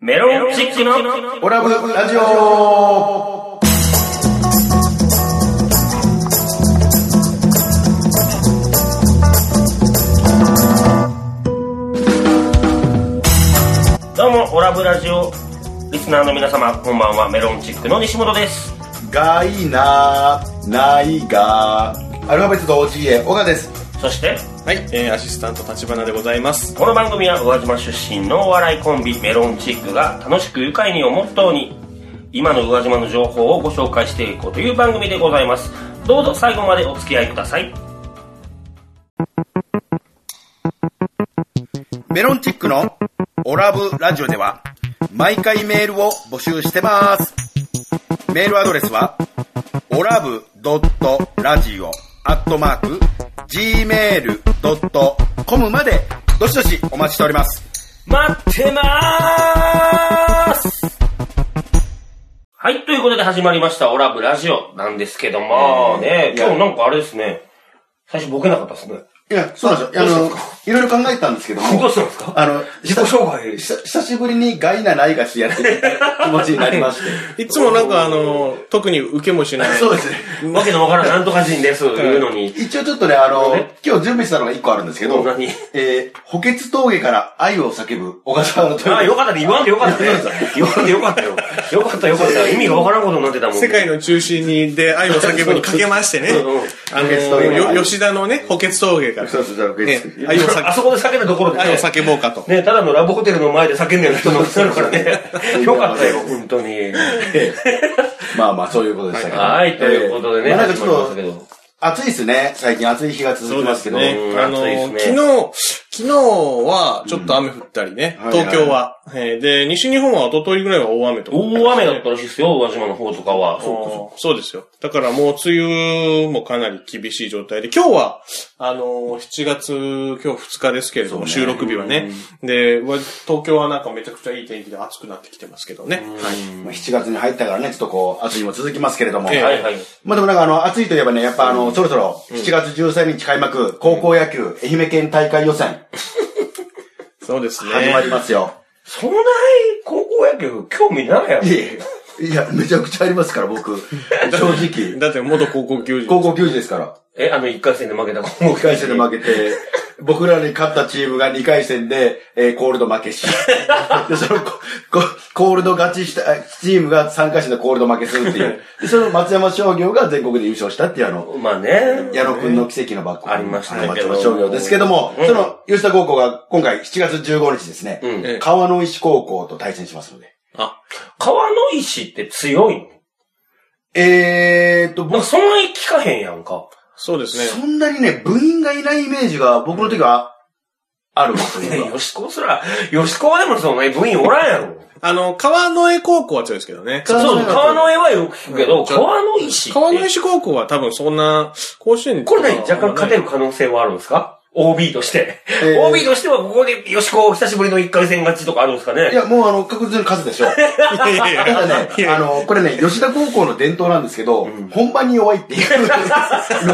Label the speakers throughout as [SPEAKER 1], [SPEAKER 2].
[SPEAKER 1] メロンチックの
[SPEAKER 2] オラブラジオ
[SPEAKER 1] どうも、オラブラジオリスナーの皆様、こんばんは、メロンチックの西本です。
[SPEAKER 2] がいなないがアルファベットと OGA オガです
[SPEAKER 1] そして、
[SPEAKER 3] はい、えー、アシスタント立花でございます。
[SPEAKER 1] この番組は宇和島出身のお笑いコンビ、メロンチックが楽しく愉快にをモットーに、今の宇和島の情報をご紹介していこうという番組でございます。どうぞ最後までお付き合いください。
[SPEAKER 4] メロンチックのオラブラジオでは毎回メールを募集してます。メールアドレスはオラブドットラジオアットマーク gmail.com までどしどしお待ちしております。
[SPEAKER 1] 待ってまーすはい、ということで始まりました、オラブラジオなんですけども、ね、今日なんかあれですね、最初ボケなかったですね。
[SPEAKER 2] いやそうなんですよあのいろいろ考えたんですけど
[SPEAKER 1] どう
[SPEAKER 2] も
[SPEAKER 1] したんですか
[SPEAKER 2] あの
[SPEAKER 1] 自己紹介
[SPEAKER 2] 久久しぶりにがいなないがしやってる気持ちになりまして
[SPEAKER 3] いつもなんかあのー、特に受けもしない。
[SPEAKER 2] そうですね
[SPEAKER 1] わけのわからんなんとか人です、いうのに。
[SPEAKER 2] 一応ちょっとねあの
[SPEAKER 1] ね
[SPEAKER 2] 今日準備したのが一個あるんですけど
[SPEAKER 1] 何
[SPEAKER 2] えー、補欠峠から愛を叫ぶ小笠原と
[SPEAKER 1] ああ、よかったね。言わんでよかったね。 言わんでよかったよ。よかったよかった。意味がわからんことになってたもん。
[SPEAKER 3] 世界の中心にで愛を叫ぶにかけましてね
[SPEAKER 1] そうそう。
[SPEAKER 3] あの
[SPEAKER 2] 補欠峠
[SPEAKER 3] ー、よ吉田のね、補欠峠から。
[SPEAKER 2] そうそうそう補欠
[SPEAKER 3] ね
[SPEAKER 2] 峠
[SPEAKER 3] 愛を
[SPEAKER 1] あ
[SPEAKER 3] 叫
[SPEAKER 1] そこで叫んだところで、ね。
[SPEAKER 3] 愛を叫ぼうかと。
[SPEAKER 1] ね、ただのラブホテルの前で叫んでる人もいる からね。よかったよ、本当に。
[SPEAKER 2] まあまあそういうことでしたけど
[SPEAKER 1] はい、ということでね。
[SPEAKER 2] えーまあなんか
[SPEAKER 1] 始
[SPEAKER 2] ち
[SPEAKER 1] まり
[SPEAKER 2] ょ
[SPEAKER 1] まし
[SPEAKER 2] ったと
[SPEAKER 1] けど。
[SPEAKER 2] 暑いですね最近暑い日が続きますけど
[SPEAKER 1] うん
[SPEAKER 3] あ
[SPEAKER 1] 暑いです
[SPEAKER 3] のー、
[SPEAKER 1] ね
[SPEAKER 3] 昨日、昨日はちょっと雨降ったりね、
[SPEAKER 2] うん
[SPEAKER 3] 東京は。えーで、西日本は一昨日ぐらいは大雨とか。
[SPEAKER 1] 大雨だったらしいですよ、宇和島の方とかは。
[SPEAKER 3] そうですよ。だからもう梅雨もかなり厳しい状態で、今日は、あのー、7月、今日2日ですけれども、収録日はね。で、うわ東京はなんかめちゃくちゃいい天気で暑くなってきてますけどね。はい。
[SPEAKER 2] まあ7月に入ったからね、ちょっとこう、暑い日も続きますけれども。
[SPEAKER 3] ええ
[SPEAKER 1] はいはい。
[SPEAKER 2] まあでもなんかあの、暑いといえばね、やっぱあの、そろそろ7月13日開幕、高校野球、愛媛県大会予選、
[SPEAKER 3] そうですね。
[SPEAKER 2] 始まりますよ。
[SPEAKER 1] そんなに高校野球興味ないやろ
[SPEAKER 2] い。えいえいや、めちゃくちゃありますから、僕。正直。
[SPEAKER 3] だって元高校球児。
[SPEAKER 2] 高校球児ですから。
[SPEAKER 1] え、あの、1回戦で負けた高校
[SPEAKER 2] 1回戦で負けて、僕らに勝ったチームが2回戦で、えーコールド負けし。で、そのコ、ココールド勝ちした、あチームが3回戦でコールド負けするっていう。で、その松山商業が全国で優勝したっていうあの、
[SPEAKER 1] まあね。
[SPEAKER 2] 矢野くんの奇跡のバックホーム
[SPEAKER 1] ありましたね
[SPEAKER 2] はい松本商業ですけども、
[SPEAKER 1] うん
[SPEAKER 2] その、吉田高校が今回7月15日ですね、
[SPEAKER 1] うん
[SPEAKER 3] ええ
[SPEAKER 2] 川の石高校と対戦しますので。
[SPEAKER 3] あ、
[SPEAKER 1] 川の石って強いの
[SPEAKER 2] えーっと、
[SPEAKER 1] なん
[SPEAKER 2] 僕
[SPEAKER 1] かそんなに聞かへんやんか。
[SPEAKER 3] そうですね。
[SPEAKER 2] そんなにね、部員がいないイメージが僕の時はあるんですよ。
[SPEAKER 1] よしこすら、よしこでもそんなに部員おらんやろ。
[SPEAKER 3] あの、川の江高校は強いですけどね。
[SPEAKER 2] 川の
[SPEAKER 1] そう、
[SPEAKER 2] 上
[SPEAKER 1] 川の絵はよく聞くけど、川の石って。
[SPEAKER 3] 川の石高校は多分そんな、甲子園と
[SPEAKER 1] こ
[SPEAKER 3] か
[SPEAKER 1] れね、若干勝てる可能性はあるんですか ?OB として。
[SPEAKER 2] えー
[SPEAKER 1] OB としてはここで、よしこ久しぶりの一回戦勝ちとかあるんですか
[SPEAKER 2] い
[SPEAKER 1] ね
[SPEAKER 2] や、もうあの、確実に数でしょう。
[SPEAKER 3] いやい やいや
[SPEAKER 2] ただね、あの、これね、吉田高校の伝統なんですけど、本番に弱いって いうの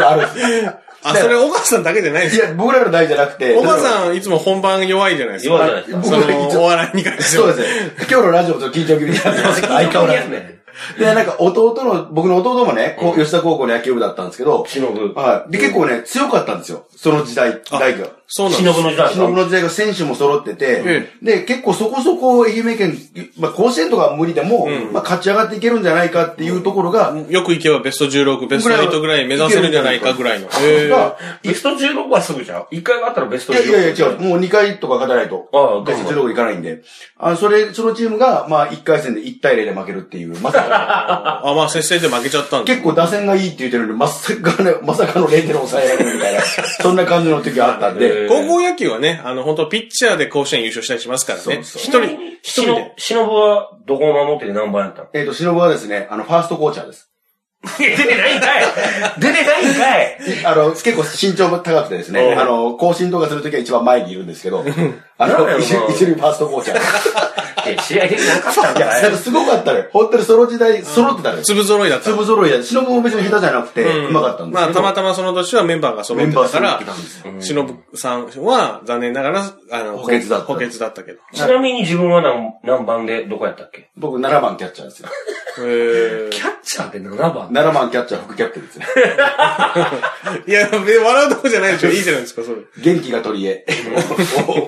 [SPEAKER 2] があるんですよ
[SPEAKER 3] あ、それ小川さんだけじゃないで
[SPEAKER 2] い
[SPEAKER 3] すか。
[SPEAKER 2] や、僕らの代じゃなくて、
[SPEAKER 3] 小川さんいつも本番弱いじゃないです
[SPEAKER 1] 弱い
[SPEAKER 3] か。
[SPEAKER 1] じゃないですか。
[SPEAKER 2] 僕
[SPEAKER 3] そ
[SPEAKER 2] ら
[SPEAKER 3] の、お笑いに関して
[SPEAKER 2] そ
[SPEAKER 3] は
[SPEAKER 2] うですね。今日のラジオもちょっと緊張気味になって ますけど、相変わらず。
[SPEAKER 1] ね。
[SPEAKER 2] で、なんか弟の、僕の弟もね、こう吉田高校の野球部だったんですけど、
[SPEAKER 1] 忍ぶ。
[SPEAKER 2] はい。で、結構ね、強かったんですよ。その時代、
[SPEAKER 3] あ
[SPEAKER 2] 代が。
[SPEAKER 3] そうなんで
[SPEAKER 1] 忍ぶ
[SPEAKER 3] す。
[SPEAKER 1] の時代
[SPEAKER 2] 忍の時代が選手も揃ってて
[SPEAKER 3] え、
[SPEAKER 2] で、結構そこそこ愛媛県、まあ甲子園とかは無理でも、まあ勝ち上がっていけるんじゃないかっていうところが、
[SPEAKER 3] よく行けばベスト16、ベスト8ぐらい目指せるんじゃないかぐらいの。へー
[SPEAKER 2] が
[SPEAKER 1] ベスト16はすぐじゃん。一回があったらベスト
[SPEAKER 2] い
[SPEAKER 1] 16。
[SPEAKER 2] やいやいや違う、もう2回とか勝たないと。
[SPEAKER 1] ああ
[SPEAKER 2] ベスト16いかないんで。あの、それ、そのチームが、まあ1回戦で1対0で負けるっていう、まさか、
[SPEAKER 3] あ、まあ先生で負けちゃったんで。
[SPEAKER 2] 結構打線がいいって言ってるのに、まさかの、まさかの0点抑えられるみたいな、そんな感じの時があったん で、
[SPEAKER 3] 高校野球はね、あの、本当ピッチャーで甲子園優勝したりしますからね。一人、一人で。
[SPEAKER 1] しのぶは、どこを守ってて何番やったの
[SPEAKER 2] えっ、と、忍はですね、あの、ファーストコーチャーです。
[SPEAKER 1] 出てないんかい出てないんかい
[SPEAKER 2] あの、結構身長も高くてですね、
[SPEAKER 1] うん
[SPEAKER 2] あの、更新とかするときは一番前にいるんですけど、あ
[SPEAKER 1] なんやろ
[SPEAKER 2] の、
[SPEAKER 1] な
[SPEAKER 2] 一緒に一緒にファーストコーチャー。
[SPEAKER 1] って試合できなかったん
[SPEAKER 2] いや、
[SPEAKER 1] だ
[SPEAKER 2] なんか
[SPEAKER 1] よ。
[SPEAKER 2] すごかったのよ。本当にその時代、揃ってたのよ。
[SPEAKER 3] 粒揃いだった。
[SPEAKER 2] 粒揃いや、忍も別に下手じゃなくて、うまかったんです
[SPEAKER 3] まあ、たまたまその年はメンバーが揃ってたか
[SPEAKER 2] メンバー揃っ
[SPEAKER 3] ら
[SPEAKER 2] てたんです、
[SPEAKER 3] しのぶさんは残念ながら、あの、
[SPEAKER 2] 補欠だった
[SPEAKER 3] 補欠だったけど。
[SPEAKER 1] ちなみに自分は何何番でどこやったっけ
[SPEAKER 2] 僕7番キャッチャーですよ。
[SPEAKER 3] え
[SPEAKER 1] キャッチャーで7番
[SPEAKER 2] 7番キャッチャー副キャプテンですね。
[SPEAKER 3] ー、いや、別に笑うとこじゃないでしょ。いいじゃないですか、それ。
[SPEAKER 2] 元気が取り柄。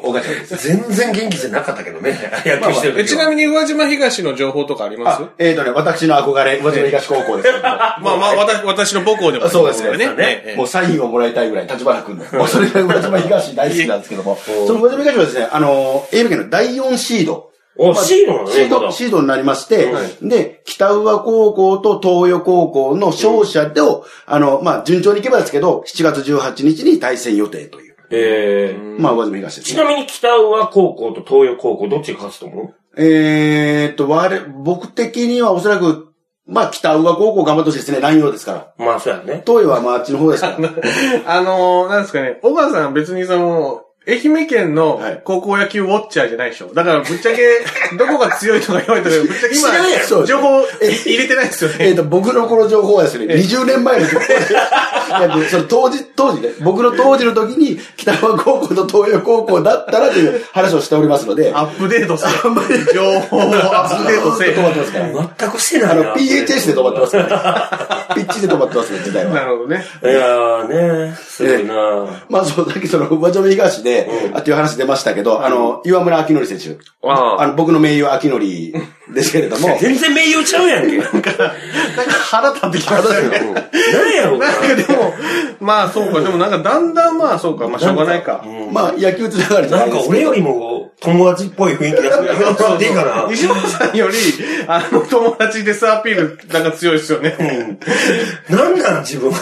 [SPEAKER 2] おおかちゃんです。
[SPEAKER 1] 全然元気じゃなかったけどね。 野球してる
[SPEAKER 3] え
[SPEAKER 1] 時
[SPEAKER 3] ち
[SPEAKER 1] は。
[SPEAKER 3] なみに宇和島東の情報とかあります
[SPEAKER 2] あ、えーとね、私の憧れ、宇和島東高校ですけども。
[SPEAKER 3] まあまあ、私、私の母校でもあり
[SPEAKER 2] そう
[SPEAKER 3] ま
[SPEAKER 2] ですね
[SPEAKER 3] からね。ええ
[SPEAKER 2] もうサインをもらいたいぐらい、立花君の。もうそれが浦島東大好きなんです けども、その浦島東はですね、あのー、愛媛県の第4シード。
[SPEAKER 1] おシードなのね
[SPEAKER 2] シー
[SPEAKER 1] ま
[SPEAKER 2] ド、
[SPEAKER 1] だ
[SPEAKER 2] シードになりまして、で、北宇和高校と東予高校の勝者でを、あの、まあ、順調にいけばですけど、7月18日に対戦予定という。
[SPEAKER 1] えー
[SPEAKER 2] まあ、宇和島東です
[SPEAKER 1] ち
[SPEAKER 2] ね。
[SPEAKER 1] なみに北浦高校と東洋高校どっちが勝つと思う
[SPEAKER 2] えーっと、我、僕的にはおそらく、まあ、北宇和高校頑張ってほしいですね。南洋ですから。
[SPEAKER 1] まあそうやね。
[SPEAKER 2] 東予はまあ、あっちの方で すから。
[SPEAKER 3] あのー、なんですかね、小川さんは別にその、愛媛県の
[SPEAKER 2] はい
[SPEAKER 3] 高校野球ウォッチャーじゃないでしょ。だからぶっちゃけ、 どこが強いとか弱いとか、ぶっちゃけ
[SPEAKER 2] 知らないやろ
[SPEAKER 3] 今、情報い入れてないですよ
[SPEAKER 2] えっ、
[SPEAKER 3] ね。
[SPEAKER 2] と、僕のこの情報はですね、20年前の情報です。いやでその当時、当時ね、僕の当時の時に、北浜高校と東洋高校だったらという話をしておりますので、
[SPEAKER 3] アップデートせえ。情報をアップデート
[SPEAKER 2] ず
[SPEAKER 3] せ
[SPEAKER 2] っ と止まって
[SPEAKER 3] え。
[SPEAKER 2] ますから。
[SPEAKER 1] 全くしてな
[SPEAKER 2] あ
[SPEAKER 1] い
[SPEAKER 2] の
[SPEAKER 1] な。、
[SPEAKER 2] PHS で止まってますから、ね。ピッチで止まってますね、時代
[SPEAKER 3] な
[SPEAKER 2] は。
[SPEAKER 3] るほどね。
[SPEAKER 1] いやーね、すごいな
[SPEAKER 2] まあ、そう、さっきその、馬上東で、あっていう話出ましたけど、あの、岩村明則選手。
[SPEAKER 1] あ
[SPEAKER 2] あの、僕の名優明則 ですけれども、
[SPEAKER 1] 全然名誉ちゃうやん け。
[SPEAKER 3] なんか腹立ってきましたね。
[SPEAKER 1] なんやろうな。
[SPEAKER 3] なんかでも、まあそうか、でもなんかだんだんまあそうか、まあしょうがないか。
[SPEAKER 2] まあ、野球つながりじ ゃ
[SPEAKER 1] な
[SPEAKER 2] ない
[SPEAKER 1] ん
[SPEAKER 2] で
[SPEAKER 1] か
[SPEAKER 2] す
[SPEAKER 1] 俺
[SPEAKER 2] けど
[SPEAKER 1] よりも友達っぽい雰囲 気がする。いいか な。
[SPEAKER 3] 西本さんより、あの、友達ですアピール、なんか強いです よね。
[SPEAKER 1] なんなん自分。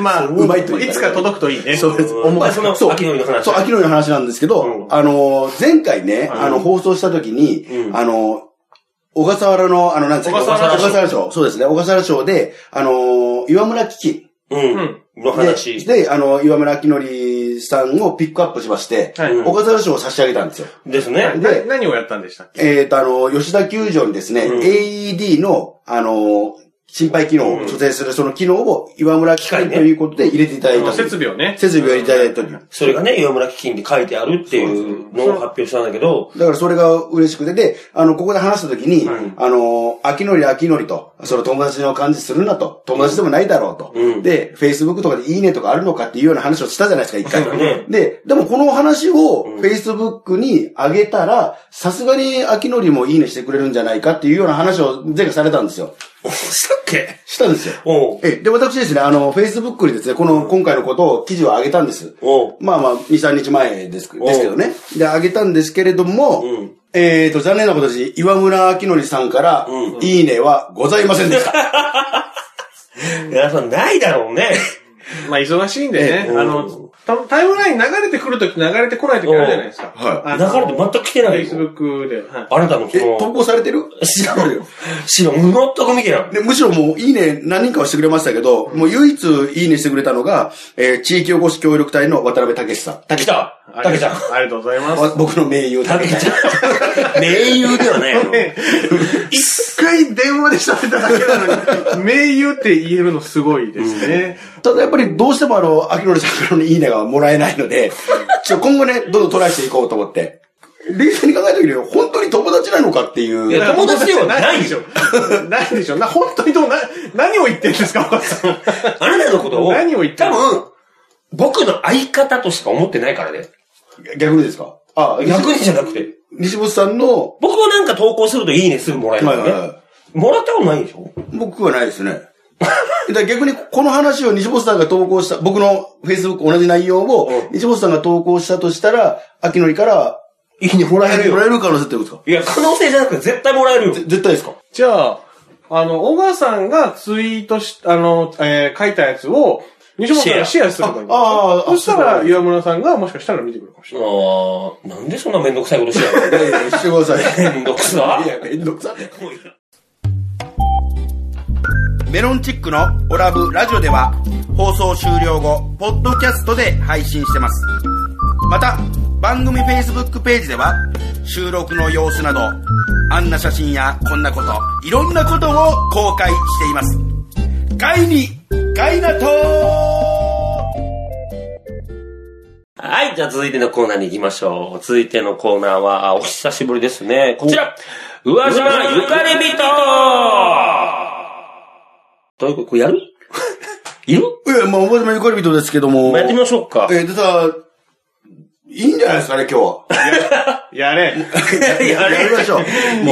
[SPEAKER 3] まあ、
[SPEAKER 2] うまいというか
[SPEAKER 3] いつか届くといいね。
[SPEAKER 2] そうです。
[SPEAKER 1] お前その、
[SPEAKER 2] そう
[SPEAKER 1] 秋のりの話
[SPEAKER 2] そう、。秋のの話なんですけど、
[SPEAKER 1] うん
[SPEAKER 2] あのー、前回ね、あの、放送した時に、あのー、小笠原の、あの、なんですか、
[SPEAKER 3] 小笠原
[SPEAKER 2] 小笠原賞。そうですね、小笠原賞で、あのー、岩村危機
[SPEAKER 1] うん。の
[SPEAKER 2] で、
[SPEAKER 1] 話。
[SPEAKER 2] で、あの、岩村明則さんをピックアップしまして、
[SPEAKER 3] はい
[SPEAKER 2] 小笠原賞を差し上げたんですよ。
[SPEAKER 1] ですね。
[SPEAKER 3] な
[SPEAKER 2] で
[SPEAKER 3] 何をやったんでしたっけ
[SPEAKER 2] えっ、と、あの、吉田球場にですね、AED の、あのー、心肺機能を蘇生するその機能を岩村機械ということで入れていただいたんです。
[SPEAKER 3] 設備をね。
[SPEAKER 2] 設備を入れていただいたという。
[SPEAKER 1] それがね、岩村基金で書いてあるっていうのを発表したんだけど、
[SPEAKER 2] だからそれが嬉しくて、で、あの、ここで話した時に、あの、秋のり秋のりと、その友達の感じするなと、友達でもないだろうと。
[SPEAKER 1] うん
[SPEAKER 2] で、Facebook とかでいいねとかあるのかっていうような話をしたじゃないですか、一
[SPEAKER 1] そうだ
[SPEAKER 2] 回。
[SPEAKER 1] ね
[SPEAKER 2] で、でもこの話を Facebook に上げたら、さすがに秋のりもいいねしてくれるんじゃないかっていうような話を前回されたんですよ。
[SPEAKER 1] したっけ
[SPEAKER 2] したんですよ。
[SPEAKER 1] おう
[SPEAKER 2] ええ、で、私ですね、あの、Facebook にですね、この、今回のことを記事を上げたんです。
[SPEAKER 1] おう
[SPEAKER 2] まあまあ、2、3日前ですけ
[SPEAKER 1] おう
[SPEAKER 2] ですけどね。で、あげたんですけれども、
[SPEAKER 1] うん
[SPEAKER 2] えーと、残念なことに、岩村明則さんから、
[SPEAKER 1] う
[SPEAKER 2] いいねはございませんでした。
[SPEAKER 1] 皆さんないだろうね。
[SPEAKER 3] まあ、忙しいんでね。
[SPEAKER 1] ええ
[SPEAKER 3] あの、たタイムライン流れてくるとき、流れてこないときあるじゃないですか。
[SPEAKER 2] おはい
[SPEAKER 1] 流れて全く来てないよ。
[SPEAKER 3] Facebook で。はい
[SPEAKER 1] あなたのそ
[SPEAKER 2] え、投
[SPEAKER 1] の、
[SPEAKER 2] 稿されてる
[SPEAKER 1] 知らんよ。知らん。全く見てない。
[SPEAKER 2] でむしろもう、いいね何人かはしてくれましたけど、もう唯一いいねしてくれたのが、えー地域おこし協力隊の渡辺武さん。
[SPEAKER 1] 来た
[SPEAKER 3] あ
[SPEAKER 1] たけ
[SPEAKER 3] り
[SPEAKER 1] ち
[SPEAKER 3] が
[SPEAKER 1] ゃん
[SPEAKER 3] と。うありがとうございます。
[SPEAKER 2] わ僕の名優
[SPEAKER 1] た
[SPEAKER 2] だ
[SPEAKER 1] けちゃん。名優ではないよ。
[SPEAKER 3] 一回電話で喋っただけなのに、名優って言えるのすごいですね。
[SPEAKER 2] ただやっぱりどうしてもあの、秋典さんからのいいねがもらえないので、ちょ、今後ね、どんどんトライしていこうと思って。冷静に考えてみるよ。本当に友達なのかっていう。
[SPEAKER 1] いや友達ではない
[SPEAKER 3] でしょ。ないでしょ。な、 本当にどう、な、何を言ってんですか、お母さん。
[SPEAKER 1] あなたのことを、
[SPEAKER 3] 何を言って
[SPEAKER 1] 多
[SPEAKER 3] る
[SPEAKER 1] 分、僕の相方としか思ってないからね。
[SPEAKER 2] 逆にですかあ、
[SPEAKER 1] 逆にじゃなくて。
[SPEAKER 2] 西本さんの、
[SPEAKER 1] 僕はなんか投稿するといいねすぐもらえる
[SPEAKER 2] はい
[SPEAKER 1] よ
[SPEAKER 2] はいは
[SPEAKER 1] ね。もらったことないでしょ
[SPEAKER 2] い。僕はないですね。だから逆にこの話を西本さんが投稿した、僕の Facebook 同じ内容を
[SPEAKER 1] う
[SPEAKER 2] 西本さんが投稿したとしたら、秋典から、
[SPEAKER 1] いいねもらえるよ
[SPEAKER 2] もら。える可能性ってことですか
[SPEAKER 1] いや、可能性じゃなくて絶対もらえるよ。
[SPEAKER 2] ぜ絶対ですか
[SPEAKER 3] じゃあ、あの、小川さんがツイートし、あの、えー書いたやつを、西本さんがシェアすればいいんです
[SPEAKER 2] あああ
[SPEAKER 3] そした
[SPEAKER 2] あ
[SPEAKER 3] ら、岩村さんがもしかしたら見てくるかもしれない。
[SPEAKER 1] ああ、なんでそんなめんどくさいことしちゃ う
[SPEAKER 2] いやいや、してください。
[SPEAKER 1] のめんどくさ
[SPEAKER 2] い。や、めんどくさい。
[SPEAKER 4] メロンチックのオラブラジオでは放送終了後、ポッドキャストで配信してます。また、番組 Facebook ページでは収録の様子などあんな写真やこんなこといろんなことを公開していますガイにガイナト
[SPEAKER 1] はい、じゃあ続いてのコーナーに行きましょう。続いてのコーナーは、あお久しぶりですね。こちら宇和島ゆかりびとどういうことこれや るいる
[SPEAKER 2] いや、まあ、おばあちゃまゆかり人ですけども。
[SPEAKER 1] やってみましょうか。
[SPEAKER 2] えー、でさ、いいんじゃないですかね、今日は。
[SPEAKER 3] やれ。
[SPEAKER 1] や
[SPEAKER 2] やりましょう。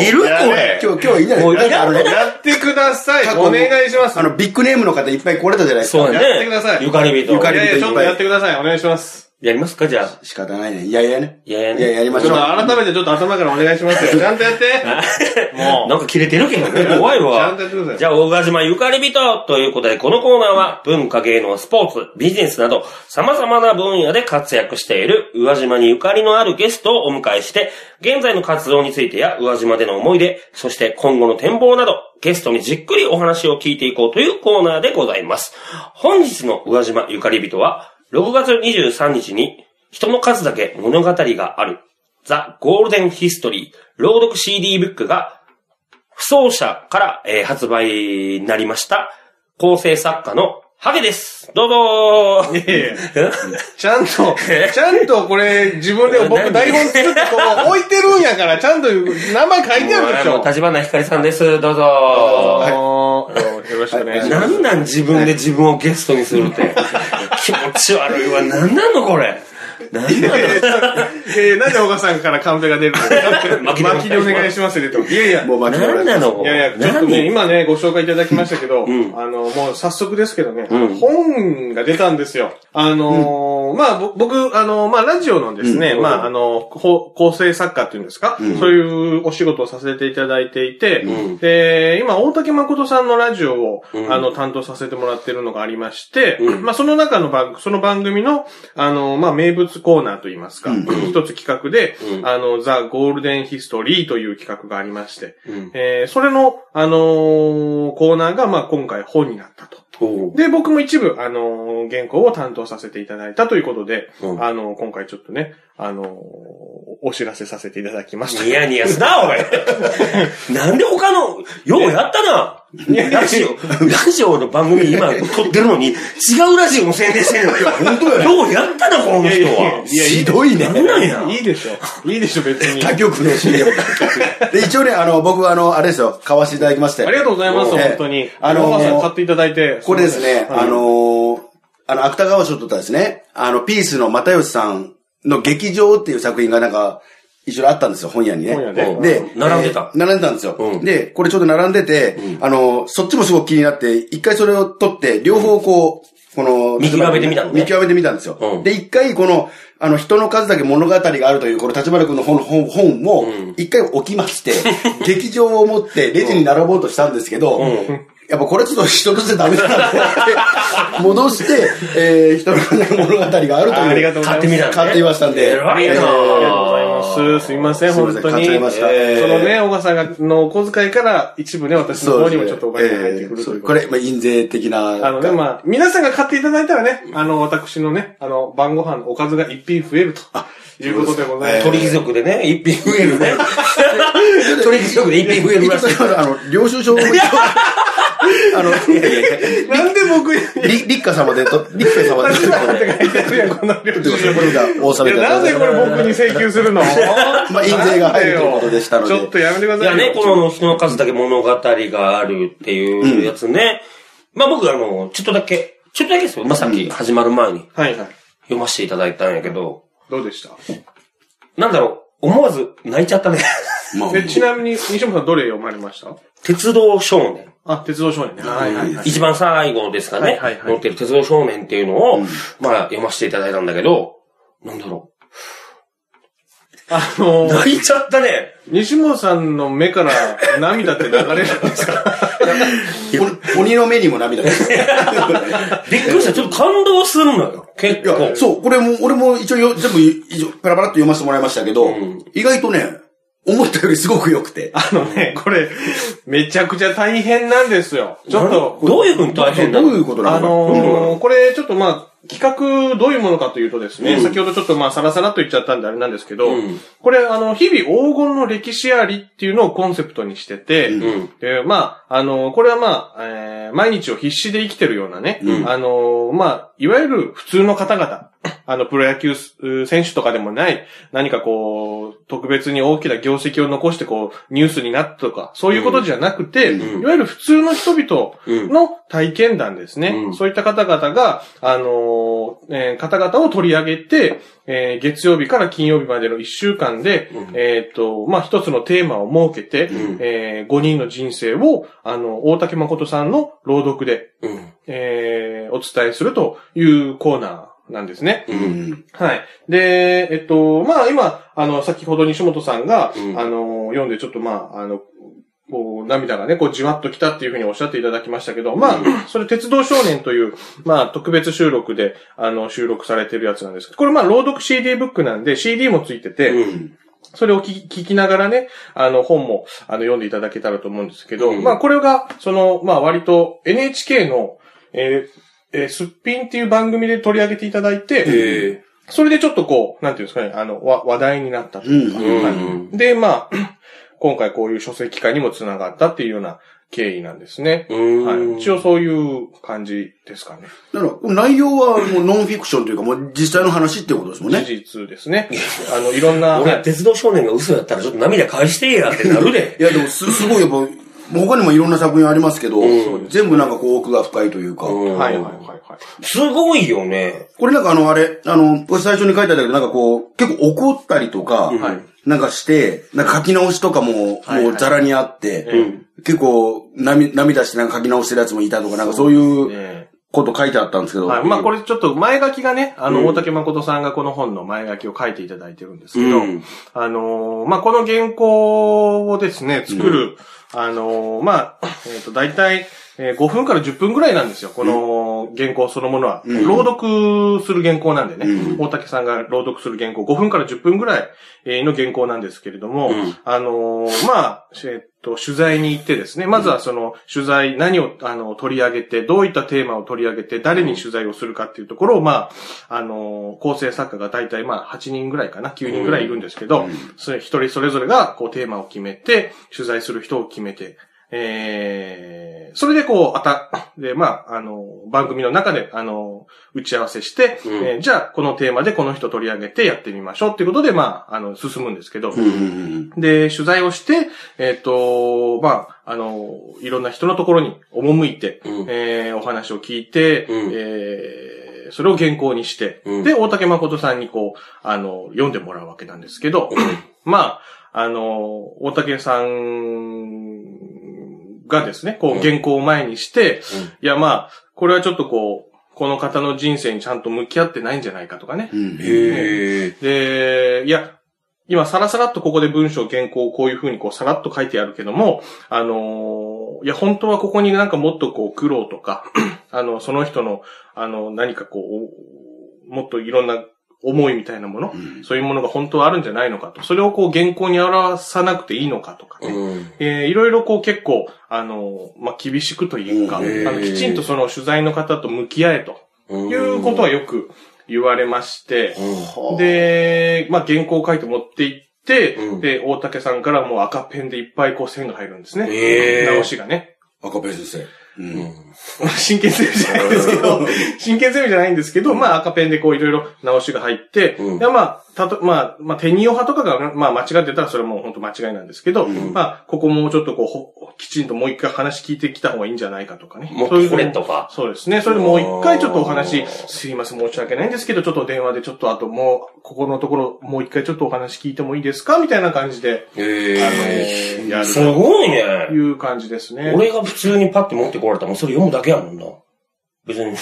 [SPEAKER 2] いるこ
[SPEAKER 3] や
[SPEAKER 2] れ
[SPEAKER 3] れ。
[SPEAKER 2] 今日、今日いいんじゃないですか。あのね、
[SPEAKER 3] やってください。
[SPEAKER 2] 過去の
[SPEAKER 3] お願いします。
[SPEAKER 2] あの、ビッグネームの方いっぱい来れたじゃないですか。
[SPEAKER 1] そうやね。
[SPEAKER 3] やってください
[SPEAKER 1] ゆかりびと。
[SPEAKER 2] ゆか
[SPEAKER 3] い
[SPEAKER 2] り
[SPEAKER 3] やいや、ちょっとやってください。お願いします。
[SPEAKER 1] やりますかじ ゃあ。
[SPEAKER 2] 仕方ないね。いやいやね。
[SPEAKER 1] いやいやね
[SPEAKER 2] いや、やりま
[SPEAKER 3] ち
[SPEAKER 2] し
[SPEAKER 3] ょ
[SPEAKER 2] ょ
[SPEAKER 3] っ
[SPEAKER 2] う
[SPEAKER 3] と。改めてちょっと頭からお願いし ますよ。ちゃんとやって。も。
[SPEAKER 1] なんか切れてるけどね。怖いう
[SPEAKER 3] ちゃん
[SPEAKER 1] わ
[SPEAKER 3] と。やってくだ
[SPEAKER 1] じ
[SPEAKER 3] さい。
[SPEAKER 1] ゃあ、大川島ゆかりびとということで、このコーナーは、文化芸能、スポーツ、ビジネスなど、様々な分野で活躍している、宇和島にゆかりのあるゲストをお迎えして、現在の活動についてや、宇和島での思い出、そして今後の展望など、ゲストにじっくりお話を聞いていこうというコーナーでございます。本日の宇和島ゆかりびとは、6月23日に、人の数だけ物語がある、ザ・ゴールデン・ヒストリー、朗読 CD ブックが、不走者から、えー発売になりました、構成作家のハゲです。どうぞー
[SPEAKER 3] いやいやち ゃんと、ちゃんとこれ、自分で僕台本作ってこう置いてるんやから、ちゃんと名前書いてあるで し
[SPEAKER 1] もう
[SPEAKER 3] ょ。
[SPEAKER 1] 立花ひかりさんです。どうぞ
[SPEAKER 3] あ
[SPEAKER 1] ー
[SPEAKER 3] のーよろしくお願いしま
[SPEAKER 1] な
[SPEAKER 3] す。
[SPEAKER 1] んなん自分で自分をゲストにするって。 気持ち悪いわ。なんなのこれ。なんな
[SPEAKER 3] えー、なんで小川さんからカンペが出るの
[SPEAKER 1] 巻きで
[SPEAKER 3] 巻きでお願いしますねと。いやいや、
[SPEAKER 2] もう巻き
[SPEAKER 1] のなんなの
[SPEAKER 3] いやいや、ちょっとね、今ね、ご紹介いただきましたけど、
[SPEAKER 1] ん
[SPEAKER 3] あの、もう早速ですけどね、
[SPEAKER 1] うん
[SPEAKER 3] 本が出たんですよ。あのーまあ、ぼ僕、あのーまあ、ラジオのですね、まあ、あのーほ構成作家っていうんですか、そういうお仕事をさせていただいていて、
[SPEAKER 1] うん
[SPEAKER 3] で、今、大竹誠さんのラジオを、
[SPEAKER 1] ん
[SPEAKER 3] あの、担当させてもらってるのがありまして、
[SPEAKER 1] うん
[SPEAKER 3] まあ、その中の番、その番組の、あのーまあ、名物コーナーといいますか、一つ企画で、
[SPEAKER 1] うん
[SPEAKER 3] あの、ザ・ゴールデンヒストリーという企画がありまして、
[SPEAKER 1] うん
[SPEAKER 3] えーそれの、あのーコーナーが、まあ、今回本になったと。
[SPEAKER 1] おー
[SPEAKER 3] で、僕も一部、あのー原稿を担当させていただいたということで、
[SPEAKER 1] うん
[SPEAKER 3] あのー今回ちょっとね、あのーお知らせさせていただきました。
[SPEAKER 1] ニヤニヤすな、おい。なんで他の、ようやったな。ラジオ、ラジオの番組今撮ってるのに、違うラジオの宣伝してるのよ。本当や。ようやったな、この
[SPEAKER 3] いやい
[SPEAKER 1] 人
[SPEAKER 3] やいや
[SPEAKER 1] は。
[SPEAKER 3] いや
[SPEAKER 2] ひどいね。
[SPEAKER 1] なんなんや。
[SPEAKER 3] いいでしょ。いいでしょ、別に。
[SPEAKER 2] 他局の CM。で、 一応ね、あの、僕はあの、あれですよ、買わせていただきまして。
[SPEAKER 3] ありがとうございます、
[SPEAKER 2] ええ
[SPEAKER 3] 本当に。
[SPEAKER 2] あ
[SPEAKER 3] あ
[SPEAKER 2] のー
[SPEAKER 3] のさん買っていただいて。
[SPEAKER 2] これですね、
[SPEAKER 3] はい
[SPEAKER 2] あのー、あの、芥川賞取ったですね、あの、ピースの又吉さんの劇場っていう作品がなんか、一緒にあったんですよ、本屋にね。
[SPEAKER 3] 本屋で
[SPEAKER 2] で、
[SPEAKER 1] 並んでた
[SPEAKER 2] えー並んでたんですよ。
[SPEAKER 1] うん
[SPEAKER 2] で、これちょっと並んでて、あのー、そっちもすごく気になって、一回それを取って、両方こう、この、
[SPEAKER 1] 見極めてみたのね
[SPEAKER 2] 見極めてみたんですよ。
[SPEAKER 1] うん
[SPEAKER 2] で、一回この、あの、人の数だけ物語があるという、この立花君の本、本、本を、一回置きまして、劇場を持ってレジに並ぼうとしたんですけど、やっぱこれちょっと人としてダメだなと思って、戻して、えー、人の数だけ物語があるという。
[SPEAKER 3] あありがとうござ
[SPEAKER 1] 買
[SPEAKER 3] いま
[SPEAKER 1] っ
[SPEAKER 3] す
[SPEAKER 1] て。みたのね。
[SPEAKER 2] 買ってみましたんで
[SPEAKER 1] 偉いな
[SPEAKER 2] えー
[SPEAKER 3] ありがとうございます。すいません、
[SPEAKER 2] すいま
[SPEAKER 3] 本
[SPEAKER 2] せん
[SPEAKER 3] 当に。
[SPEAKER 2] 買っちゃいました
[SPEAKER 3] えーそのね、小川さんがのお小遣いから一部ね、私の
[SPEAKER 2] そう
[SPEAKER 3] 方
[SPEAKER 2] で
[SPEAKER 3] に
[SPEAKER 2] す
[SPEAKER 3] も
[SPEAKER 2] ね
[SPEAKER 3] ちょっとお金が入ってく
[SPEAKER 2] え
[SPEAKER 3] る
[SPEAKER 2] ーそ
[SPEAKER 3] というう
[SPEAKER 2] これ、まあ、印税的な。
[SPEAKER 3] あのね、まあ、皆さんが買っていただいたらね、あの、私のね、あの、晩ご飯のおかずが一品増えると。いうことでございます。
[SPEAKER 1] 鳥貴族でね、一品増えるね。鳥貴族で一品増えるらしい。
[SPEAKER 2] あの、領収書を、あの、
[SPEAKER 3] なんで僕に、
[SPEAKER 2] り、立花様でと、立花様で
[SPEAKER 3] 立花って書いてあるやん、この料理。
[SPEAKER 2] 納め
[SPEAKER 3] い
[SPEAKER 2] て
[SPEAKER 3] やなんでこれ僕に請求するの
[SPEAKER 2] まあ、印税が入るということでしたの
[SPEAKER 3] ちょっ
[SPEAKER 2] で。
[SPEAKER 3] とやめてくだ
[SPEAKER 1] い
[SPEAKER 3] さい
[SPEAKER 1] や
[SPEAKER 3] よ。
[SPEAKER 1] ね、この人の数だけ物語があるっていうやつね。まあ僕、あの、ちょっとだけ、ちょっとだけですよ。まあさっき始まる前に
[SPEAKER 3] はいはい。
[SPEAKER 1] 読ませていただいたんやけど、
[SPEAKER 3] どうでした
[SPEAKER 1] なんだろう、思わず泣いちゃったね。
[SPEAKER 2] まあ
[SPEAKER 3] えちなみに、西本さんどれ読まれました
[SPEAKER 1] 鉄道少年。
[SPEAKER 3] あ、鉄道少年ね。はいはいはい。
[SPEAKER 1] 一番最後ですか
[SPEAKER 3] は
[SPEAKER 1] ね
[SPEAKER 3] いはい。はい
[SPEAKER 1] 乗ってる鉄道少年っていうのを、まあ読ませていただいたんだけど、なんだろ
[SPEAKER 3] あの
[SPEAKER 1] う。
[SPEAKER 3] ー、
[SPEAKER 1] 泣いちゃったね。
[SPEAKER 3] 西本さんの目から涙って流れるんですか
[SPEAKER 2] お鬼の目にも涙が出てる
[SPEAKER 1] びっくりした。ちょっと感動するのよ。結
[SPEAKER 2] いや、
[SPEAKER 1] 構。
[SPEAKER 2] そう、これも、俺も一応よ全部い、一応パラパラっと読ませてもらいましたけど、
[SPEAKER 1] ん
[SPEAKER 2] 意外とね、思ったよりすごく良くて。
[SPEAKER 3] あのね、これ、めちゃくちゃ大変なんですよ。ちょっと、
[SPEAKER 1] どういうふうに大変な
[SPEAKER 2] どう
[SPEAKER 1] の
[SPEAKER 2] いうことな
[SPEAKER 3] あ
[SPEAKER 2] の
[SPEAKER 3] のー、これちょっとまあ、企画どういうものかというとですね、先ほどちょっとまあさらさらっと言っちゃったんであれなんですけど、
[SPEAKER 1] うん
[SPEAKER 3] これあの、日々黄金の歴史ありっていうのをコンセプトにして
[SPEAKER 1] う
[SPEAKER 3] て、
[SPEAKER 1] ん。
[SPEAKER 3] えーまあ、あの、これはまあ、えー毎日を必死で生きてるようなね、
[SPEAKER 1] うん
[SPEAKER 3] あの、まあ、いわゆる普通の方々、 あの、プロ野球すう選手とかでもない、何かこう、特別に大きな業績を残してこう、ニュースになったとか、そういうことじゃなくて、
[SPEAKER 1] うん
[SPEAKER 3] いわゆる普通の人々
[SPEAKER 1] うん。
[SPEAKER 3] の体験談ですね。
[SPEAKER 1] うん
[SPEAKER 3] そういった方々が、あのーえー方々を取り上げて、えー月曜日から金曜日までの1週間で、
[SPEAKER 1] うん
[SPEAKER 3] えーっと、まあ、一つのテーマを設けて、
[SPEAKER 1] うん
[SPEAKER 3] え5人の人生を、あの、大竹誠さんの朗読で、
[SPEAKER 1] うん。
[SPEAKER 3] えーお伝えするというコーナーなんですね。
[SPEAKER 1] うん。
[SPEAKER 3] はい。で、えっと、まあ今、あの、先ほど西本さんが、
[SPEAKER 1] うん
[SPEAKER 3] あの、読んでちょっとまあ、あの、こう、涙がね、こう、じわっときたっていうふうにおっしゃっていただきましたけど、まあ、それ、鉄道少年という、まあ、特別収録で、あの、収録されてるやつなんですけど、これまあ、朗読 CD ブックなんで、CD もついてて、
[SPEAKER 1] うん。
[SPEAKER 3] それを聞き聞きながらね、あの本もあの読んでいただけたらと思うんですけど、
[SPEAKER 1] うん
[SPEAKER 3] まあこれが、その、まあ割と NHK の、えーえーすっぴんっていう番組で取り上げていただいて、
[SPEAKER 1] え
[SPEAKER 3] それでちょっとこう、なんていうんですかね、あの、わ話題になったというか、
[SPEAKER 1] うん
[SPEAKER 3] はいで、まあ、 今回こういう書籍化にもつながったっていうような経緯なんですね。
[SPEAKER 1] ー。う
[SPEAKER 3] はい、一応そういう感じですかね。
[SPEAKER 5] だから、内容はもうノンフィクションというか、もう実際の話ってことですもん
[SPEAKER 3] 事
[SPEAKER 5] ね。
[SPEAKER 3] 実ですね。あの、いろんな、は
[SPEAKER 1] 俺、
[SPEAKER 3] い
[SPEAKER 1] 鉄道少年が嘘やったらちょっと涙返してやってなるで。
[SPEAKER 5] いや、でもす、すごいやっぱ、もう他にもいろんな作品ありますけど、
[SPEAKER 1] う
[SPEAKER 5] 全部なんかこう奥が深いというか、
[SPEAKER 1] うん
[SPEAKER 3] はいはいはいはい。
[SPEAKER 1] すごいよね。
[SPEAKER 5] これなんかあの、あれ、あの、これ最初に書いてあったけど、なんかこう、結構怒ったりとか、
[SPEAKER 1] はい
[SPEAKER 5] なんかして、なんか書き直しとかも、もうザラにあって、
[SPEAKER 1] うん。
[SPEAKER 5] 結構涙、涙してなんか書き直してるやつもいたとか、なんかそういう
[SPEAKER 3] ね
[SPEAKER 5] こと書いてあったんですけど、
[SPEAKER 3] はい。まあこれちょっと前書きがね、あ
[SPEAKER 1] うん
[SPEAKER 3] の、大竹誠さんがこの本の前書きを書いていただいてるんですけど、
[SPEAKER 1] うん。
[SPEAKER 3] あのーまあこの原稿をですね、作る、あのーまあ、えっ、と、大体、えー5分から10分ぐらいなんですよ。この原稿そのものは。
[SPEAKER 5] うん
[SPEAKER 3] 朗読する原稿なんでね、
[SPEAKER 5] う
[SPEAKER 3] 大竹さんが朗読する原稿、5分から10分ぐらいえーの原稿なんですけれども、
[SPEAKER 1] うん
[SPEAKER 3] あのーまあ、えっと、取材に行ってですね、まずはその取材、何をあの取り上げて、どういったテーマを取り上げて、誰に取材をするかっていうところを、まあ、あのー構成作家が大体まあ8人ぐらいかな、9人ぐらいいるんですけど、それ一人それぞれがこうテーマを決めて、取材する人を決めて、えー、それでこう、あた、で、まあ、あの、番組の中で、あの、打ち合わせして、
[SPEAKER 1] うん
[SPEAKER 3] えーじゃあ、このテーマでこの人取り上げてやってみましょうっていうことで、まあ、あの、進むんですけど、で、取材をして、えっ、と、まあ、あの、いろんな人のところに赴いて、
[SPEAKER 1] うん
[SPEAKER 3] えーお話を聞いて、
[SPEAKER 1] うん
[SPEAKER 3] えーそれを原稿にして、
[SPEAKER 1] うん
[SPEAKER 3] で、大竹誠さんにこう、あの、読んでもらうわけなんですけど、まあ、あの、大竹さんがですね、こ
[SPEAKER 1] うん
[SPEAKER 3] う、原稿を前にして、
[SPEAKER 1] うん
[SPEAKER 3] いや、まあ、これはちょっとこう、この方の人生にちゃんと向き合ってないんじゃないかとかね、
[SPEAKER 5] うん
[SPEAKER 1] へえ。
[SPEAKER 3] で、いや、今さらさらっとここで文章原稿をこういう風にこうさらっと書いてあるけども、あのーいや本当はここになんかもっとこう苦労とか、 あの、その人の、あの、何かこう、おもっといろんな思いみたいなもの、そういうものが本当はあるんじゃないのかと、それをこう原稿に表さなくていいのかとかね、
[SPEAKER 1] うん。
[SPEAKER 3] えーいろいろこう結構、あの、まあ、厳しくというか、あ
[SPEAKER 1] うんへー
[SPEAKER 3] のきちんとその取材の方と向き合えと
[SPEAKER 1] うん
[SPEAKER 3] いうことはよく言われまして、
[SPEAKER 1] う
[SPEAKER 3] で、まあ、原稿を書いて持って行って、
[SPEAKER 1] うん
[SPEAKER 3] で、大竹さんからもう赤ペンでいっぱいこう線が入るんですね。
[SPEAKER 1] へー
[SPEAKER 3] 直しがね。
[SPEAKER 5] 赤ペン先生。うん
[SPEAKER 1] ん。
[SPEAKER 3] 真剣ゼミじゃないんですけど、真剣ゼミじゃないんですけど、まあ赤ペンでこういろいろ直しが入って、
[SPEAKER 1] うん
[SPEAKER 3] でまあ、たと、まあ、まあ、手に派とかが、まあ間違ってたらそれはもう本当間違いなんですけど、まあ、ここもうちょっとこうほ、きちんともう一回話聞いてきた方がいいんじゃないかとかね。
[SPEAKER 1] もっ
[SPEAKER 3] そういう
[SPEAKER 1] とこ
[SPEAKER 3] のも
[SPEAKER 1] れとか。
[SPEAKER 3] そうですね。それでもう一回ちょっとお話
[SPEAKER 1] あ、ー
[SPEAKER 3] すいません、申し訳ないんですけど、ちょっと電話でちょっとあともう、ここのところ、もう一回ちょっとお話聞いてもいいですかみたいな感じで、
[SPEAKER 1] へ
[SPEAKER 3] あのや
[SPEAKER 1] え。
[SPEAKER 3] る
[SPEAKER 1] すごいね
[SPEAKER 3] い。う感じですね。
[SPEAKER 1] 俺が普通にパッて持ってこられたらもうそれ読むだけやもんな。別に。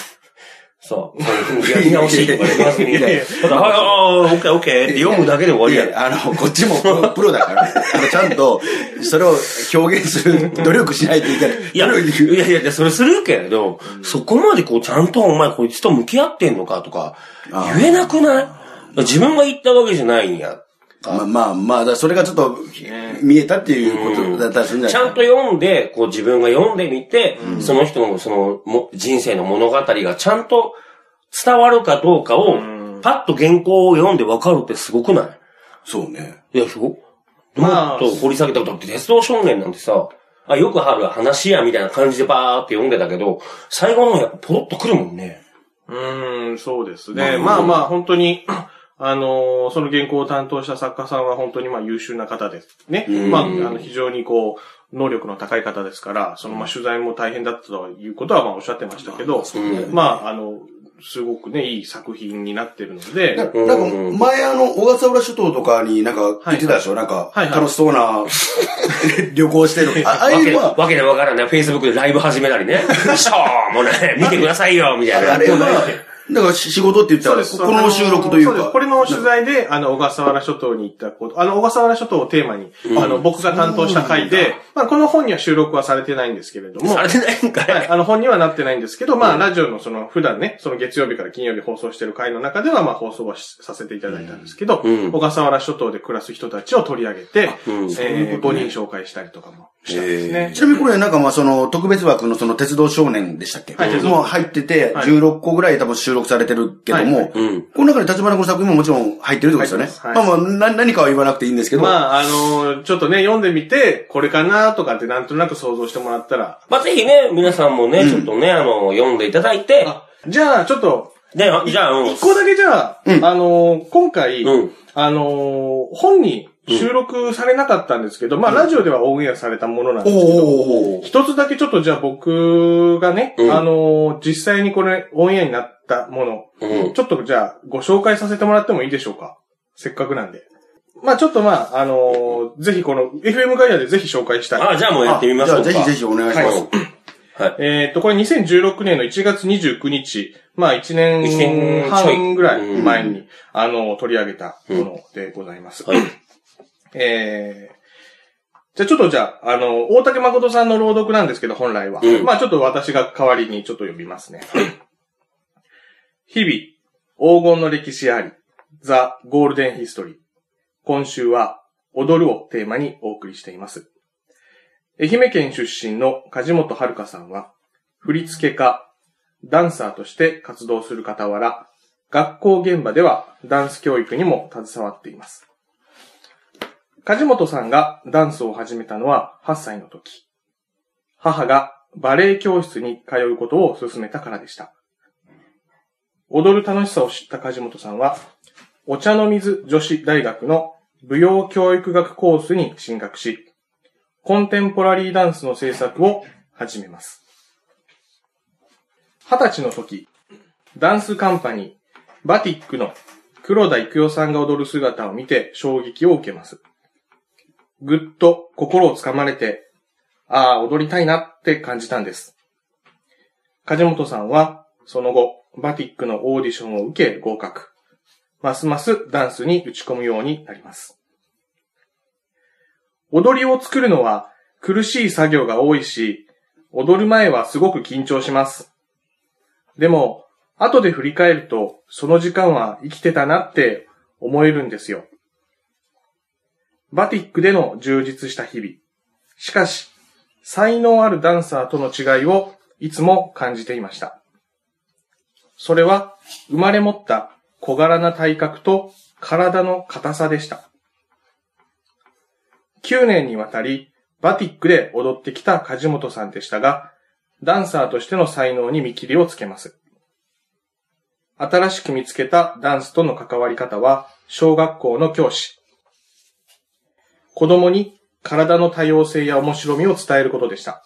[SPEAKER 1] さあ、やり直しとか言わずに。
[SPEAKER 5] いやい
[SPEAKER 1] ただ、はい、ああ、オッケーオッケーって読むだけで終わりや
[SPEAKER 5] いや、あの、こ っちもプロプロだから、ね、あのちゃんと、それを表現する努力しないといけない。
[SPEAKER 1] いや、いやいやいや、それするけれど、そこまでこう、ちゃんとお前こいつと向き合ってんのかとか、言えなくない自分が言ったわけじゃないんや。
[SPEAKER 5] まあまあ、まあ、だからそれがちょっと見えたっていうことだったりするんじ
[SPEAKER 1] ち
[SPEAKER 5] ゃ
[SPEAKER 1] ゃ
[SPEAKER 5] ない
[SPEAKER 1] んと読んで、こう自分が読んでみて、その人のそのも人生の物語がちゃんと伝わるかどうかを、パッと原稿を読んでわかるってすごくな
[SPEAKER 5] そうね。
[SPEAKER 1] いいや、そうも
[SPEAKER 3] まあ
[SPEAKER 1] っと掘り下げたことだって、鉄道少年なんてさ、あ、よくある話や、みたいな感じでバーって読んでたけど、最後の方やっぱポロッとくるもんね。
[SPEAKER 3] うーん、そうですね。まあまあ、本当に、 あのーその原稿を担当した作家さんは本当にまあ優秀な方です。ね。まあ、あの非常にこう、能力の高い方ですから、そのまあ取材も大変だったということはまあおっしゃってましたけど、まあ、あの、すごくね、いい作品になってるので、
[SPEAKER 5] ななんか、前あの、小笠原諸島とかになんか行ってたでしょ、なん
[SPEAKER 3] は
[SPEAKER 5] か
[SPEAKER 3] い、はい
[SPEAKER 5] 楽しそう な旅行してる。あああ
[SPEAKER 1] わ
[SPEAKER 5] いう
[SPEAKER 1] け
[SPEAKER 5] のは、
[SPEAKER 1] わけでわからない。Facebook でライブ始めたり ね。しょうもない。見てくださいよ、みたいな。
[SPEAKER 5] あれは、だから仕事って言ったら、この収録という
[SPEAKER 3] そうです
[SPEAKER 5] か
[SPEAKER 3] こ。れの取材で、あの、小笠原諸島に行ったこと、あの、小笠原諸島をテーマに、あの、僕が担当した回で、まあ、この本には収録はされてないんですけれども、
[SPEAKER 1] されてないんか。
[SPEAKER 3] はいい、あの本にはなってないんですけど、まあ、ラジオのその、普段ね、その月曜日から金曜日放送してる回の中では、まあ、放送はしさせていただいたんですけど、
[SPEAKER 1] うん
[SPEAKER 3] 小笠原諸島で暮らす人たちを取り上げて、
[SPEAKER 1] うん
[SPEAKER 3] えー、5人紹介したりとかもしたんですね。
[SPEAKER 5] ちなみにこれなんかまあその特別枠のその鉄道少年でしたっけ、
[SPEAKER 3] はい鉄道
[SPEAKER 5] もう入ってて
[SPEAKER 3] はい
[SPEAKER 5] 16個ぐらい多分収録されてるけども、
[SPEAKER 3] はい
[SPEAKER 1] うん。
[SPEAKER 5] この中に立花君の作品ももちろん入ってるってことですよ
[SPEAKER 3] 入
[SPEAKER 5] ね。
[SPEAKER 3] ってま
[SPEAKER 5] まあまあな何かは言わなくていいんですけど、
[SPEAKER 3] まあ、あのちょっとね、読んでみて、これかなとかってなんとなく想像してもらったら、
[SPEAKER 1] まあ、ぜひね、皆さんもね、ちょっとね、あの、読んでいただいて、
[SPEAKER 3] あじゃあ、ちょっと、
[SPEAKER 1] ね、あじゃあ、うん
[SPEAKER 3] 一個だけじゃあ、あのー今回、
[SPEAKER 1] うん
[SPEAKER 3] あのー本に収録されなかったんですけど、まあ、ラジオではオンエアされたものなんで
[SPEAKER 5] お
[SPEAKER 3] すけど、
[SPEAKER 5] おお
[SPEAKER 3] 一つだけちょっとじゃあ僕がね、
[SPEAKER 1] うん
[SPEAKER 3] あのー実際にこれオンエアになったもの、
[SPEAKER 1] うん。
[SPEAKER 3] ちょっとじゃあご紹介させてもらってもいいでしょうかせっかくなんで。まあちょっとまああのーぜひこの FM ガイアでぜひ紹介したい。
[SPEAKER 1] あ、じゃあもうやってみましょうか。
[SPEAKER 5] じゃあぜひぜひお願いします。
[SPEAKER 3] えーっと、これ2016年の1月29日、まあ1
[SPEAKER 1] 1
[SPEAKER 3] 年
[SPEAKER 1] 年ちょい
[SPEAKER 3] 半ぐらい前に、あの、取り上げたものでございます。
[SPEAKER 1] はい。
[SPEAKER 3] えーじゃあちょっとじゃあ、あの、大竹誠さんの朗読なんですけど、本来は。
[SPEAKER 1] うん
[SPEAKER 3] まあちょっと私が代わりにちょっと読みますね。日々、黄金の歴史あり、ザ・ゴールデンヒストリー。今週は、踊るをテーマにお送りしています。愛媛県出身の梶本遥さんは、振付家、ダンサーとして活動する傍ら、学校現場ではダンス教育にも携わっています。梶本さんがダンスを始めたのは8歳の時。母がバレエ教室に通うことを勧めたからでした。踊る楽しさを知った梶本さんは、お茶の水女子大学の舞踊教育学コースに進学し、コンテンポラリーダンスの制作を始めます。20歳の時、ダンスカンパニー、バティックの黒田育代さんが踊る姿を見て衝撃を受けます。ぐっと心をつかまれて、ああ、踊りたいなって感じたんです。梶本さんは、その後、バティックのオーディションを受け合格。ますますダンスに打ち込むようになります。踊りを作るのは苦しい作業が多いし、踊る前はすごく緊張します。でも、後で振り返ると、その時間は生きてたなって思えるんですよ。バティックでの充実した日々。しかし、才能あるダンサーとの違いをいつも感じていました。それは生まれ持った小柄な体格と体の硬さでした。9年にわたりバティックで踊ってきた梶本さんでしたが、ダンサーとしての才能に見切りをつけます。新しく見つけたダンスとの関わり方は小学校の教師。子供に体の多様性や面白みを伝えることでした。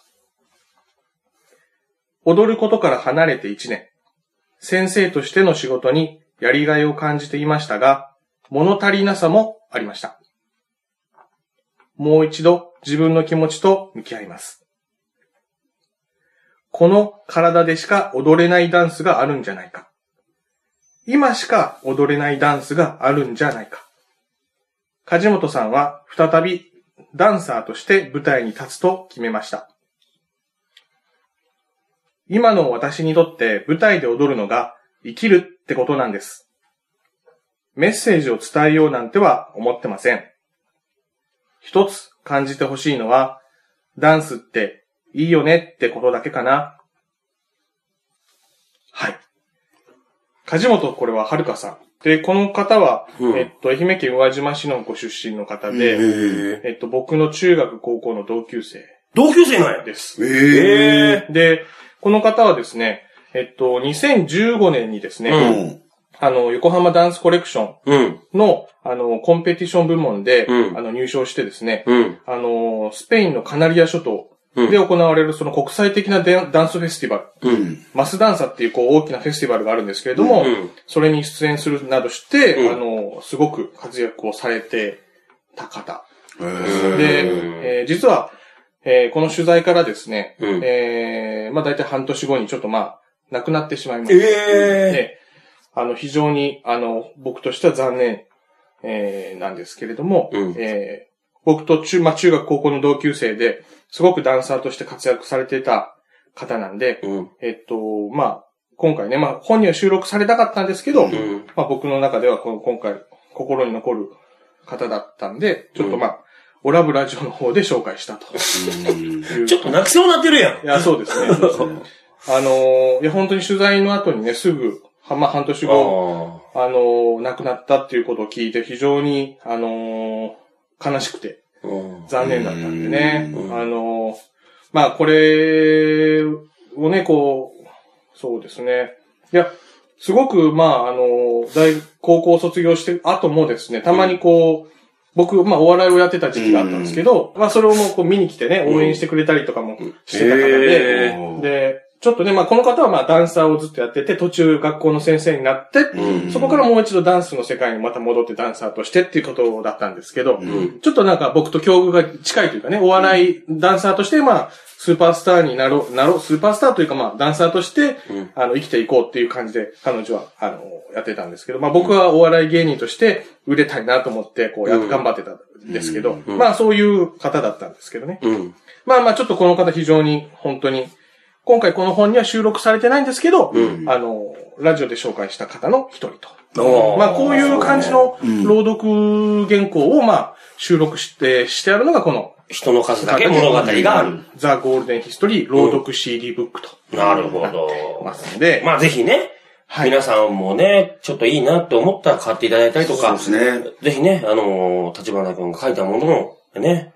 [SPEAKER 3] 踊ることから離れて1年、先生としての仕事にやりがいを感じていましたが、物足りなさもありました。もう一度自分の気持ちと向き合います。この体でしか踊れないダンスがあるんじゃないか。今しか踊れないダンスがあるんじゃないか。梶本さんは再びダンサーとして舞台に立つと決めました。今の私にとって舞台で踊るのが生きるってことなんです。メッセージを伝えようなんては思ってません。一つ感じてほしいのは、ダンスっていいよねってことだけかな。はい。梶本これは遥香さん。で、この方は、えっと、愛媛県宇和島市のご出身の方で、えっと、僕の中学高校の同級生
[SPEAKER 1] 同級生なんや。
[SPEAKER 3] です。ええで、この方はですね、えっと、2015年にですね、あの、横浜ダンスコレクショ
[SPEAKER 1] うん。
[SPEAKER 3] ンの、あの、コンペティション部門で、
[SPEAKER 1] うん
[SPEAKER 3] あの、入賞してですね、
[SPEAKER 1] うん。
[SPEAKER 3] あの、スペインのカナリア諸島
[SPEAKER 1] うん
[SPEAKER 3] で行われるその国際的なデンダンスフェスティバル、
[SPEAKER 1] うん。
[SPEAKER 3] マスダンサっていうこう大きなフェスティバルがあるんですけれども、
[SPEAKER 1] うん
[SPEAKER 3] それに出演するなどして、
[SPEAKER 1] うん
[SPEAKER 3] あの、すごく活躍をされてた方。
[SPEAKER 1] うん
[SPEAKER 3] で、えー実は、えーこの取材からですね、
[SPEAKER 1] うん
[SPEAKER 3] えーまあ大体半年後にちょっとまあ、亡くなってしまいました。
[SPEAKER 1] ええ
[SPEAKER 3] で、あの、非常に、あの、僕としては残念、えーなんですけれども、
[SPEAKER 1] うん
[SPEAKER 3] えー僕と中、まあ、中学高校の同級生で、すごくダンサーとして活躍されてた方なんで、
[SPEAKER 1] うん。
[SPEAKER 3] えっと、まあ、今回ね、まあ、本には収録されなかったんですけど、
[SPEAKER 1] うん。
[SPEAKER 3] まあ、僕の中ではこの今回、心に残る方だったんで、ちょっとまあ、オラブラジオの方で紹介したと。
[SPEAKER 1] ちょっと泣きそうになってるやん
[SPEAKER 3] い。や、そ うですね。あのーいや、本当に取材の後にね、すぐ、はまあ、半年後、
[SPEAKER 1] あ
[SPEAKER 3] あの、亡くなったっていうことを聞いて非常に、あのー悲しくて
[SPEAKER 1] あ。うん
[SPEAKER 3] 残念だったんでね。
[SPEAKER 1] うん
[SPEAKER 3] あのーまあこれをね、こう、そうですね。いや、すごく、まああのー大、高校を卒業して後もですね、たまにこう、僕、まあ、お笑いをやってた時期があったんですけど、まあ、それをもう、こう、見に来てね、応援してくれたりとかもしてた方で、
[SPEAKER 1] え
[SPEAKER 3] で、ちょっとね、まあ、この方はまあ、ダンサーをずっとやってて、途中学校の先生になって、そこからもう一度ダンスの世界にまた戻ってダンサーとしてっていうことだったんですけど、ちょっとなんか僕と境遇が近いというかね、お笑いダンサーとして、まあ、スーパースターになろう、なろう、スーパースターというかまあ、ダンサーとして、あの、生きていこうっていう感じで、彼女は、あの、やってたんですけど、まあ僕はお笑い芸人として売れたいなと思って、こうやっ、頑張ってたんですけど、まあそういう方だったんですけどね。
[SPEAKER 1] うん。
[SPEAKER 3] まあまあちょっとこの方非常に本当に、今回この本には収録されてないんですけど、あの、ラジオで紹介した方の一人と。
[SPEAKER 1] おー
[SPEAKER 3] まあこういう感じの朗読原稿をまあ収録して、してあるのがこの
[SPEAKER 1] 人の数だけ物語がある。
[SPEAKER 3] ザ・ゴールデンヒストリー朗読 CD ブックと
[SPEAKER 1] なるほど。
[SPEAKER 3] ますんで、
[SPEAKER 1] まあぜひね、
[SPEAKER 3] はい
[SPEAKER 1] 皆さんもね、ちょっといいなって思ったら買っていただいたりとか、
[SPEAKER 5] そうですね。
[SPEAKER 1] ぜひね、あのー、立花君が書いたものをね、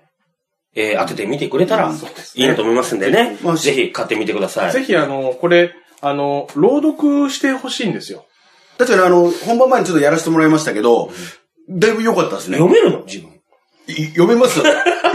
[SPEAKER 1] えー当ててみてくれたら、いいなと思いますんでね、
[SPEAKER 5] まあ
[SPEAKER 1] ぜひ買ってみてください。
[SPEAKER 3] ぜひあの、これ、あの、朗読してほしいんですよ。
[SPEAKER 5] だからあの、本番前にちょっとやらせてもらいましたけど、だいぶ良かったですね。
[SPEAKER 1] 読めるの自分。
[SPEAKER 5] い読めますよ。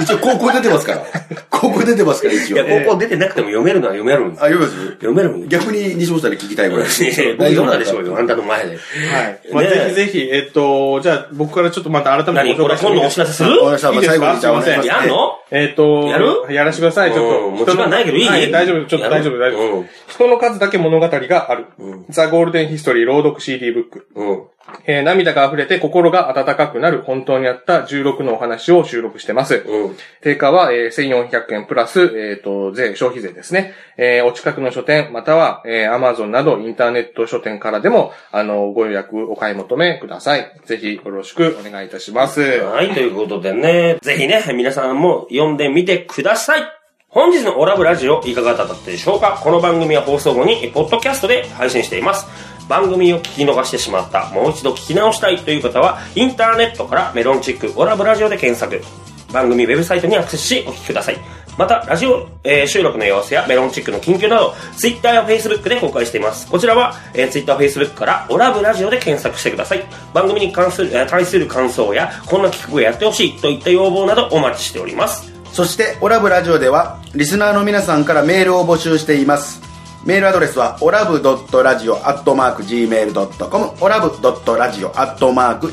[SPEAKER 5] 一応高校出てますから。高校出てますから、一
[SPEAKER 1] い
[SPEAKER 5] 応。
[SPEAKER 1] や、
[SPEAKER 5] あ、
[SPEAKER 1] 高校出てなくても読めるのは読めるんです。
[SPEAKER 5] 読めます
[SPEAKER 1] 読めるもん。
[SPEAKER 5] 逆に西本さんに聞きたいぐらい。
[SPEAKER 1] いやいや僕読んだでしょうよ、あんたの前で。
[SPEAKER 3] はい。まあ、
[SPEAKER 1] ねえ
[SPEAKER 3] ぜひぜひ、えっと、じゃあ僕からちょっとまた改めて
[SPEAKER 1] 何これ今
[SPEAKER 3] もいい
[SPEAKER 1] 度お
[SPEAKER 3] です
[SPEAKER 1] 知
[SPEAKER 3] から
[SPEAKER 1] せする
[SPEAKER 5] わかりました
[SPEAKER 3] いいですか
[SPEAKER 5] 最後にじゃあお願いします。
[SPEAKER 1] やんの
[SPEAKER 3] えっ、と、
[SPEAKER 1] やる
[SPEAKER 3] やらしてください、ちょ
[SPEAKER 1] う
[SPEAKER 3] っ
[SPEAKER 1] ん
[SPEAKER 3] と。
[SPEAKER 1] もう時間ないけどいい
[SPEAKER 3] は大丈夫、ちょっ
[SPEAKER 1] や
[SPEAKER 3] と
[SPEAKER 1] る
[SPEAKER 3] 大丈夫、大丈
[SPEAKER 1] う
[SPEAKER 3] 夫
[SPEAKER 1] ん。
[SPEAKER 3] 人の数だけ物語がある。ザ・ゴールデンヒストリー朗読 CD ブック。
[SPEAKER 1] うん。
[SPEAKER 3] えー涙が溢れて心が温かくなる本当にあった16のお話を収録してます。
[SPEAKER 1] うん。
[SPEAKER 3] 定価は、えー1400円プラス、えっ、と、税、消費税ですね。えーお近くの書店、または、えー Amazon などインターネット書店からでも、あの、ご予約、お買い求めください。ぜひ、よろしくお願いいたします。
[SPEAKER 1] はい、ということでね、ぜひね、皆さんも読んでみてください本日のオラブラジオいかがだったでしょうかこの番組は放送後に、ポッドキャストで配信しています。番組を聞き逃してしまった、もう一度聞き直したいという方は、インターネットからメロンチックオラブラジオで検索。番組ウェブサイトにアクセスしお聞きください。また、ラジオ、えー収録の様子やメロンチックの緊急など、Twitter や Facebook で公開しています。こちらは、えー、Twitter、Facebook から、オラブラジオで検索してください。番組に関する、えー対する感想や、こんな企画をやってほしいといった要望などお待ちしております。
[SPEAKER 5] そして、オラブラジオでは、リスナーの皆さんからメールを募集しています。メールアドレスは、オラブドットラジオアットマーク Gmail.com、オラブドットラジオアットマーク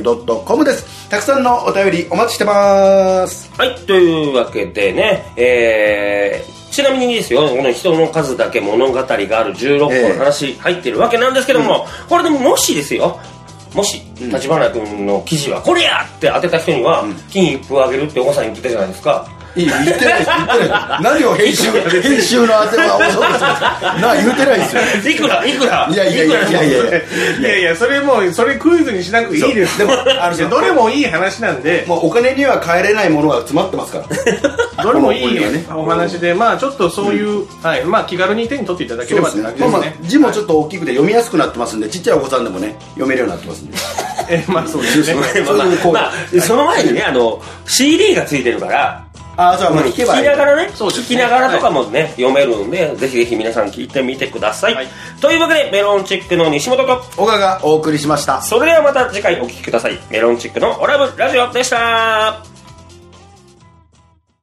[SPEAKER 5] Gmail.com です。たくさんのお便りお待ちしてます。
[SPEAKER 1] はい、というわけでね、えーちなみにですよ、この人の数だけ物語がある16個の話入ってるわけなんですけども、これでももしですよ、もし、立花君の記事はこれやって当てた人には、金一封あげるってお子さん言ってたじゃないですか。
[SPEAKER 5] いい、言ってないです、言ってない。何を編集、編集の汗は、おそうですなあ、言ってないですよ。
[SPEAKER 1] いくら、いくら、
[SPEAKER 5] いやいやいやいやいやいや。
[SPEAKER 3] いやいや、それもう、それクイズにしなくていいです。
[SPEAKER 5] そうでもあの
[SPEAKER 3] いやどれもいい話なんで、
[SPEAKER 5] もうお金には変えれないものが詰まってますから。 どれもい
[SPEAKER 2] この
[SPEAKER 5] い
[SPEAKER 2] こういうのは
[SPEAKER 5] お話で、まあちょっとそういう、はい、まあ気軽に手に取っていただければって感じで
[SPEAKER 2] まあ
[SPEAKER 5] す
[SPEAKER 2] まあ
[SPEAKER 5] ね。
[SPEAKER 2] 字もちょっと大きくて読みやすくなってますんで、ちっちゃいお子さんでもね、読めるようになってますんで。
[SPEAKER 5] えまあそうですね。
[SPEAKER 1] まあまあまあその前にね、あの、CD がついてるから、
[SPEAKER 2] ああ、そう、まあ
[SPEAKER 1] 聞
[SPEAKER 2] 聞
[SPEAKER 1] き
[SPEAKER 2] けばいい。
[SPEAKER 1] ながらね、
[SPEAKER 5] そうですね
[SPEAKER 1] 聞きながらとかもね、読めるんで、ぜひぜひ皆さん聞いてみてください。
[SPEAKER 5] はい
[SPEAKER 1] というわけで、メロンチックの西本と、
[SPEAKER 2] 小川がお送りしました。
[SPEAKER 1] それではまた次回お聞きください。メロンチックのオラブラジオでした。